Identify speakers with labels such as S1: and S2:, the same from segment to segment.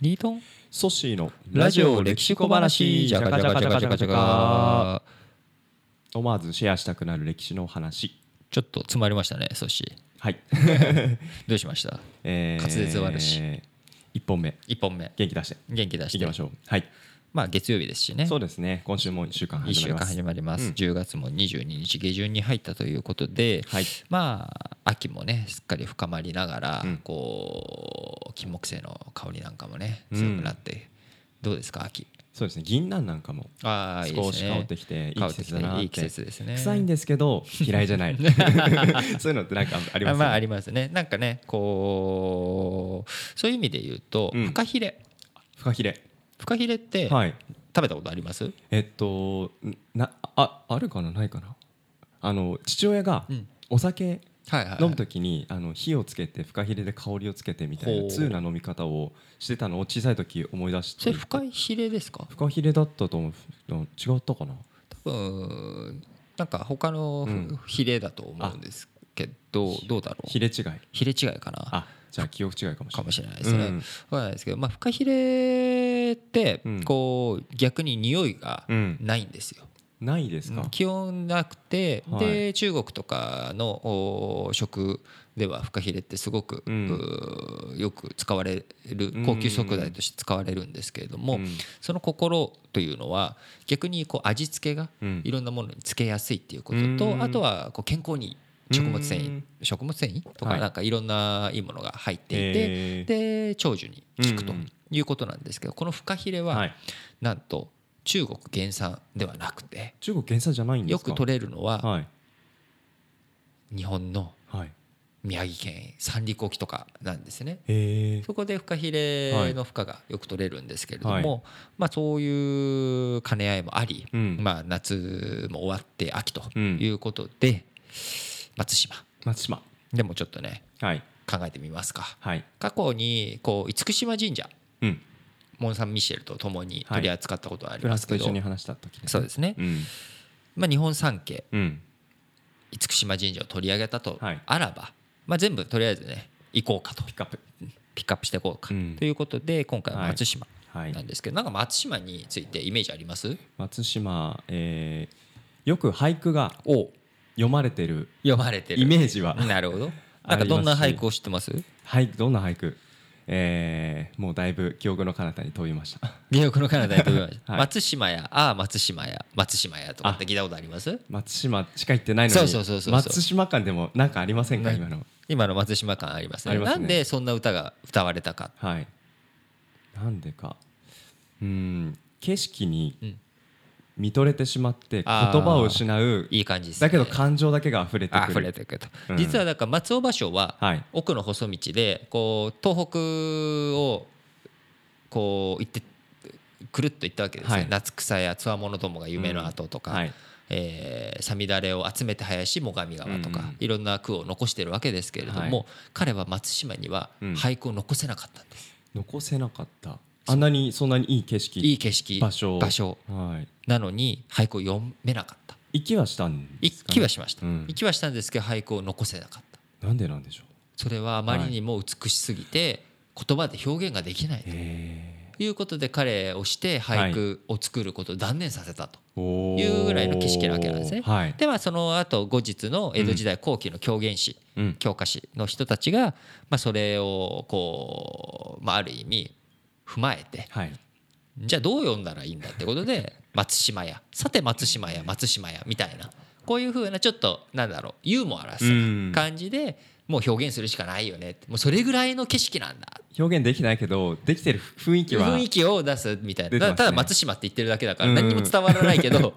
S1: リートン
S2: ソッシーの
S1: ラジオ歴史小話じゃかじゃかじゃかじゃかじゃか
S2: 思わずシェアしたくなる歴史の話
S1: ちょっと詰まりましたねそし
S2: はい、
S1: どうしました
S2: え
S1: 滑舌悪し
S2: 1本目
S1: 一本目
S2: 元気出して
S1: 元気出し
S2: い
S1: て
S2: きましょうはい
S1: まあ月曜日ですしね
S2: そうですね今週も1週間
S1: 1週
S2: 始まり
S1: 間
S2: ます
S1: 始まります、
S2: うん
S1: 10月も22日下旬に入ったということで、
S2: はい
S1: まあ秋もねすっかり深まりながら、
S2: うん
S1: こう金木犀の香りなんかもね
S2: うん
S1: 強くなって、どうですか秋
S2: そうですね銀杏なんかも
S1: ああいいで
S2: 少
S1: す
S2: し香っ
S1: ね
S2: てきていい
S1: 香
S2: 季
S1: ってき
S2: 節
S1: て
S2: だなって
S1: いい季節ですね
S2: 臭いんですけど嫌いじゃな い そういうのってなんかありますよね
S1: あまあありますねなんかねこうそういう意味で言うと、
S2: うん
S1: フカヒレ
S2: フカヒレ
S1: フカヒレって食
S2: はい
S1: べたことあります、
S2: えっとなああるかなないかなあの父親が
S1: うん
S2: お酒
S1: はいはいはい
S2: 飲む時にあの火をつけてフカヒレで香りをつけてみたい
S1: ほう
S2: な通な飲み方をしてたのを小さい時思い出して
S1: それフカヒレですか
S2: フカヒレだったと思うの違ったかな
S1: 多分なんか他の
S2: うん
S1: ヒレだと思うんですけど、どうだろう
S2: ヒレ違い
S1: ヒレ違いかな
S2: あじゃあ記憶違いかもし
S1: か
S2: れな
S1: も
S2: い
S1: しれないですね、
S2: うん
S1: わかんないですけどまあフカヒレって
S2: うん
S1: こう逆に匂いが
S2: うん
S1: ないんですよ、
S2: ないです
S1: うん
S2: か
S1: 気温なくて、
S2: はい
S1: で中国とかのお食ではフカヒレってすごく、
S2: うん
S1: うーよく使われる高級食材として使われるんですけれども、
S2: うん
S1: その心というのは逆にこう味付けが
S2: うん
S1: いろんなものにつけやすいっていうことと、
S2: うん
S1: あとはこう健康にいい食物繊
S2: う
S1: 維
S2: ん
S1: 食物繊維と
S2: は
S1: か
S2: い
S1: なんかいろんないいものが入っていて、
S2: えー
S1: で長寿に効くと
S2: うん
S1: いうことなんですけどこのフカヒレ
S2: は
S1: はいなんと中国原産ではなくて。
S2: 中国原産じゃないんで
S1: よ
S2: すか
S1: く取れるのは
S2: はい
S1: 日本の
S2: はい
S1: 宮城県三陸沖とかなんですね。
S2: へえ
S1: そこでフカヒレの負荷がよく取れるんですけれども、
S2: はい
S1: まあ、そういう兼ね合いもあり、
S2: うん
S1: まあ、夏も終わって秋と
S2: うん
S1: いうことで、松島
S2: 松島
S1: でもちょっとね
S2: はい
S1: 考えてみますか
S2: はい
S1: 過去にこう厳島神社
S2: うん
S1: モン・サン・ミシェルと共に取り扱ったことはあり
S2: フラ
S1: ま
S2: ン
S1: す
S2: スと
S1: け
S2: 一
S1: ど、
S2: 緒に話した時
S1: そうですね、
S2: うん
S1: まあ、日本三景
S2: うん
S1: 厳島神社を取り上げたと
S2: はい
S1: あらば、まあ、全部とりあえずね行こうかと
S2: ピックアップ
S1: ピックアップしていこうか、
S2: うん
S1: ということで今回は松島
S2: はい
S1: なんですけど、なんか松島についてイメージあります
S2: 松島えーよく俳句が
S1: を
S2: 読まれてる
S1: 読まれてる
S2: イメージは
S1: なるほ どな
S2: あ
S1: ん
S2: りますし
S1: かどんな俳句を知ってます
S2: はいどんな俳句えーもうだいぶ記憶の彼方に飛びました
S1: 美欲の彼方に飛びました、
S2: はい
S1: 松島やああ松島や松島やとかって聞いたことあります
S2: 松島しか行ってないのに
S1: そうそうそうそうそう
S2: 松島感でもなんかありませんか
S1: ない
S2: 今の
S1: 今の松島感ありますね
S2: あります
S1: な
S2: ね
S1: んでそんな歌が歌われたか
S2: はいなんでかうん景色
S1: うん
S2: に見とれてしまって言
S1: あー
S2: 葉を失う
S1: いい感じです、ね、
S2: だけど感情だけが溢れて
S1: あ
S2: く
S1: 溢
S2: る
S1: れてくると、
S2: うん
S1: 実はだから松尾芭蕉は
S2: はい
S1: 奥の細道でこう東北をこう行ってくるっと行ったわけですよ、
S2: はい
S1: 夏草やつわものどもが夢の跡とか、
S2: はい
S1: えー、さみだれを集めて林最上川とか、
S2: うんうん
S1: いろんな句を残してるわけですけれども、
S2: はい
S1: 彼は松島には
S2: うん
S1: 俳句を残せなかったんです、
S2: 残せなかったあんなにそんなにいい景色
S1: いい景色
S2: 場所
S1: 所
S2: はい
S1: なのに俳句を読めなかった
S2: 行きはしたんで
S1: 一
S2: すかね
S1: 気はしました、
S2: うん
S1: 一気はしたんですけど俳句を残せなかった
S2: なんでなんでしょう
S1: それはあまりにも美しすぎて言葉で表現ができないと
S2: へ
S1: いうことで彼をして俳句を作ることを断念させたと。
S2: えおー
S1: いうぐらいの景色なわけなんですね
S2: はい
S1: ではその後後日の江戸時代後期の狂言師
S2: うん
S1: 教科師の人たちが、まあ、それをこう、まあ、ある意味踏まえて
S2: はい
S1: じゃあどう読んだらいいんだってことで 「松島屋」「さて松島屋松島屋」みたいなこういうふうなちょっとなんだろうユーモアラスな感じでもう表現するしかないよねってもうそれぐらいの景色なんだ
S2: 表現できないけどできてる雰囲気は
S1: 雰囲気を出すみたいな
S2: 出て
S1: た
S2: ます
S1: だ
S2: ね
S1: ただ松島って言ってるだけだから
S2: うん
S1: 何にも伝わらないけ ど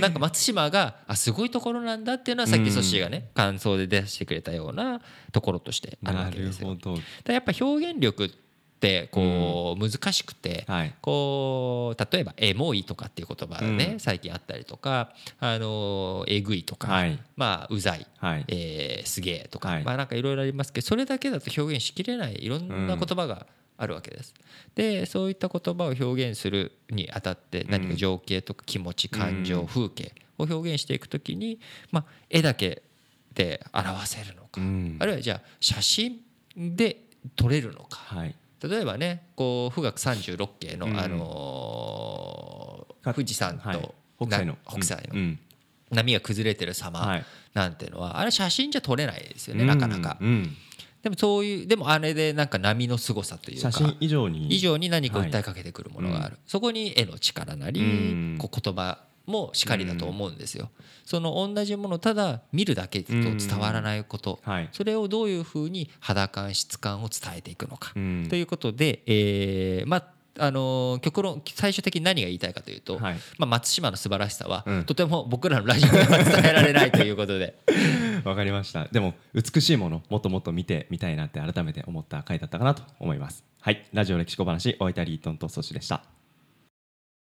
S1: なんか松島があすごいところなんだっていうのはさっきソシーがね感想で出してくれたようなところとしてあるわ
S2: な
S1: けで
S2: る
S1: すよ
S2: ほ。ど
S1: だからやっぱ表現力ってこう難しくて、
S2: はい
S1: こう例えば「エモい」とかっていう言葉がね、
S2: うん
S1: 最近あったりとか「あのえぐい」とか、
S2: はい
S1: まあ「うざい」
S2: はい
S1: えーすげえ」とか、
S2: はい
S1: まあなんかいろいろありますけどそれだけだと表現しきれないいろんな言葉があるわけです。でそういった言葉を表現するにあたって何か情景とか気持ち感情
S2: うん
S1: 風景を表現していくときに、まあ、絵だけで表せるのか
S2: うん
S1: あるいはじゃあ写真で撮れるのか
S2: はい
S1: 例えばねこう富岳三十六景の、
S2: うん
S1: あのー
S2: か
S1: 富士山と、
S2: はい北斎の
S1: な北斎の
S2: うん
S1: 波が崩れてる
S2: うん
S1: 様
S2: はい
S1: なんてのは、あれ写真じゃ撮れないですよね、なかなか
S2: うんうん
S1: でもそういうでもあれでなんか波の凄さというか
S2: 写真以上に
S1: 以上に何か訴えかけてくるものがある、そこに絵の力なり、
S2: うん
S1: こう言葉もしかりだと思うんですよ、その同じものをただ見るだけだと伝わらないこと、
S2: はい
S1: それをどういうふうに肌感質感を伝えていくのか、
S2: うん
S1: ということで、えーまああのー極論最終的に何が言いたいかというと、
S2: はい
S1: まあ、松島の素晴らしさは、
S2: うん
S1: とても僕らのラジオでは伝えられないということで
S2: わかりましたでも美しいものもっともっと見てみたいなって改めて思った回だったかなと思いますはいラジオ歴史小話お相手はリートンとソシでした